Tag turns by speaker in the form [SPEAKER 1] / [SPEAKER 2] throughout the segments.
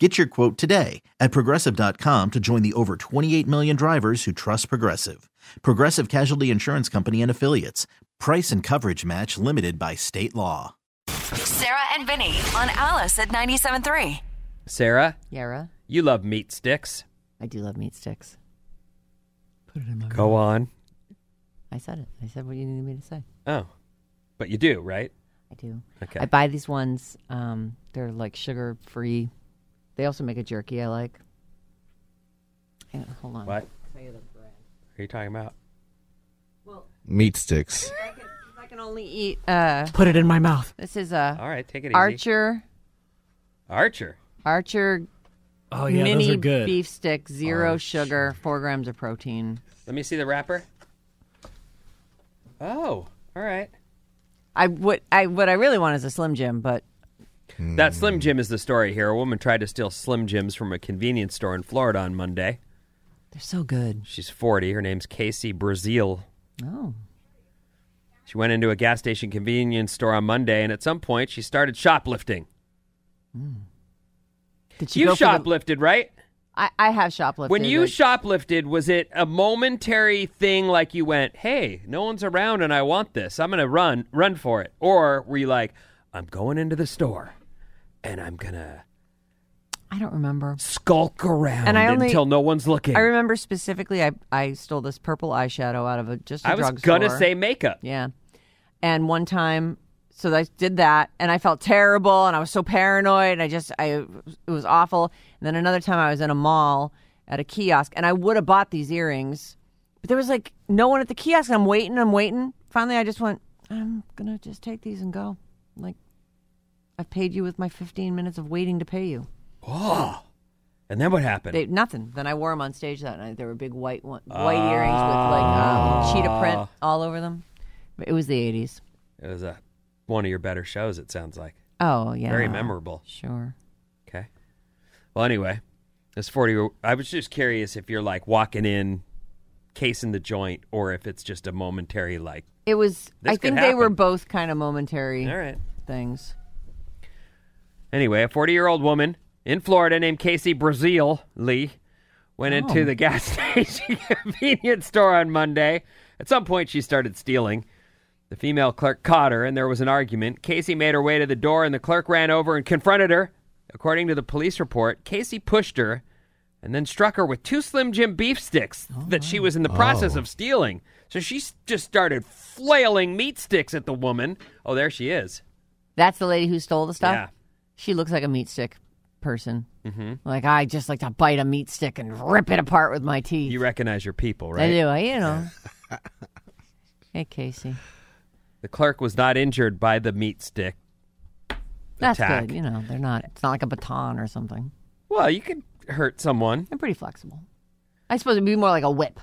[SPEAKER 1] Get your quote today at progressive.com to join the over 28 million drivers who trust Progressive. Progressive Casualty Insurance Company and Affiliates. Price and coverage match limited by state law.
[SPEAKER 2] Sarah and Vinny on Alice at 97.3.
[SPEAKER 3] Sarah,
[SPEAKER 4] Yara.
[SPEAKER 3] you love meat sticks.
[SPEAKER 4] I do love meat sticks.
[SPEAKER 3] Go on.
[SPEAKER 4] I said it. I said what you needed me to say.
[SPEAKER 3] Oh, but you do, right?
[SPEAKER 4] I do.
[SPEAKER 3] Okay.
[SPEAKER 4] I buy these ones. Um, they're like sugar free. They also make a jerky I like. Hang on, hold on.
[SPEAKER 3] What? What are you talking about?
[SPEAKER 5] meat sticks.
[SPEAKER 4] I can only eat. Uh,
[SPEAKER 6] Put it in my mouth.
[SPEAKER 4] this is a
[SPEAKER 3] All right, take it Oh, easy.
[SPEAKER 4] Archer
[SPEAKER 3] Archer.
[SPEAKER 4] Archer
[SPEAKER 6] Oh yeah,
[SPEAKER 4] mini
[SPEAKER 6] those are good.
[SPEAKER 4] beef stick, zero
[SPEAKER 3] Oh,
[SPEAKER 4] sugar, four grams of protein.
[SPEAKER 3] Let me see the wrapper. Oh, all right.
[SPEAKER 4] I what I what I really want is a Slim Jim, but
[SPEAKER 3] That Slim Jim is the story here. A woman tried to steal Slim Jims from a convenience store in Florida on Monday.
[SPEAKER 4] they're so good.
[SPEAKER 3] She's 40. Her name's Casey Brazil.
[SPEAKER 4] Oh,
[SPEAKER 3] She went into a gas station convenience store on Monday, and at some point, she started shoplifting.
[SPEAKER 4] did she
[SPEAKER 3] You
[SPEAKER 4] go for the-
[SPEAKER 3] shoplifted, right?
[SPEAKER 4] I, I have shoplifted.
[SPEAKER 3] When you
[SPEAKER 4] but-
[SPEAKER 3] shoplifted, was it a momentary thing like you went, "Hey, no one's around and I want this. I'm going to run run for it." Or were you like, "I'm going into the store and I'm going to
[SPEAKER 4] I don't remember.
[SPEAKER 3] skulk around
[SPEAKER 4] And I only-
[SPEAKER 3] until no one's looking."
[SPEAKER 4] I remember specifically, I, I stole this purple eyeshadow out of a just a
[SPEAKER 3] I was
[SPEAKER 4] drugstore.
[SPEAKER 3] to say makeup.
[SPEAKER 4] yeah. And one time, so I did that, and I felt terrible, and I was so paranoid. I just, I it was awful. And then another time, I was in a mall at a kiosk, and I would have bought these earrings, but there was like no one at the kiosk. And I'm waiting, I'm waiting. Finally, I just went, I'm gonna just take these and go. Like, I've paid you with my 15 minutes of waiting to pay you.
[SPEAKER 3] Oh. And then what happened?
[SPEAKER 4] They, nothing. Then I wore them on stage that night. There were big white one, white
[SPEAKER 3] Ah.
[SPEAKER 4] earrings with like um, cheetah print all over them. But it was the eighties.
[SPEAKER 3] it was a one of your better shows it sounds like.
[SPEAKER 4] Oh yeah,
[SPEAKER 3] Very memorable.
[SPEAKER 4] Sure.
[SPEAKER 3] Okay. Well, anyway, this 40, I was just curious if you're like walking in, casing the joint, or if it's just a momentary, like,
[SPEAKER 4] It was.
[SPEAKER 3] This
[SPEAKER 4] I
[SPEAKER 3] could
[SPEAKER 4] think they were
[SPEAKER 3] happen.
[SPEAKER 4] both kind of momentary
[SPEAKER 3] all right.
[SPEAKER 4] things.
[SPEAKER 3] Anyway, a 40 year old woman in Florida named Casey Brazil Lee went into the gas station convenience store on Monday. At some point, she started stealing. The female clerk caught her, and there was an argument. Casey made her way to the door, and the clerk ran over and confronted her. According to the police report, Casey pushed her and then struck her with two Slim Jim beef sticks that she was in the process of stealing. So she s- just started flailing meat sticks at the woman. Oh, there she is.
[SPEAKER 4] That's the lady who stole the stuff.
[SPEAKER 3] Yeah.
[SPEAKER 4] She looks like a meat stick person. Mm-hmm. Like I just like to bite a meat stick and rip it apart with my teeth.
[SPEAKER 3] You recognize your people, right?
[SPEAKER 4] I do. I, you know. hey Casey,
[SPEAKER 3] The clerk was not injured by the meat stick.
[SPEAKER 4] that's
[SPEAKER 3] Attack.
[SPEAKER 4] good. You know they're not. It's not like a baton or something.
[SPEAKER 3] Well, you could hurt someone.
[SPEAKER 4] They're pretty flexible. I suppose it'd be more like a whip,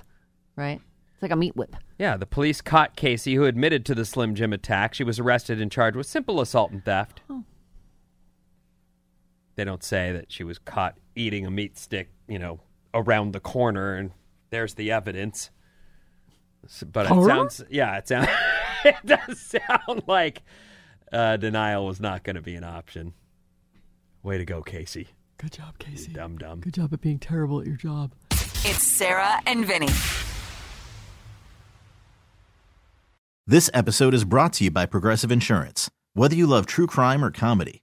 [SPEAKER 4] right? It's like a meat whip.
[SPEAKER 3] Yeah, the police caught Casey, who admitted to the Slim Jim attack. She was arrested and charged with simple assault and theft.
[SPEAKER 6] Oh.
[SPEAKER 3] They don't say that she was caught eating a meat stick, you know, around the corner, and there's the evidence. S- But it
[SPEAKER 6] Horror?
[SPEAKER 3] sounds, yeah, it sounds, it does sound like uh, denial was not going to be an option. Way to go, Casey.
[SPEAKER 6] Good job, Casey.
[SPEAKER 3] Dum dum.
[SPEAKER 6] Good job at being terrible at your job.
[SPEAKER 2] It's Sarah and Vinny.
[SPEAKER 1] This episode is brought to you by Progressive Insurance. Whether you love true crime or comedy,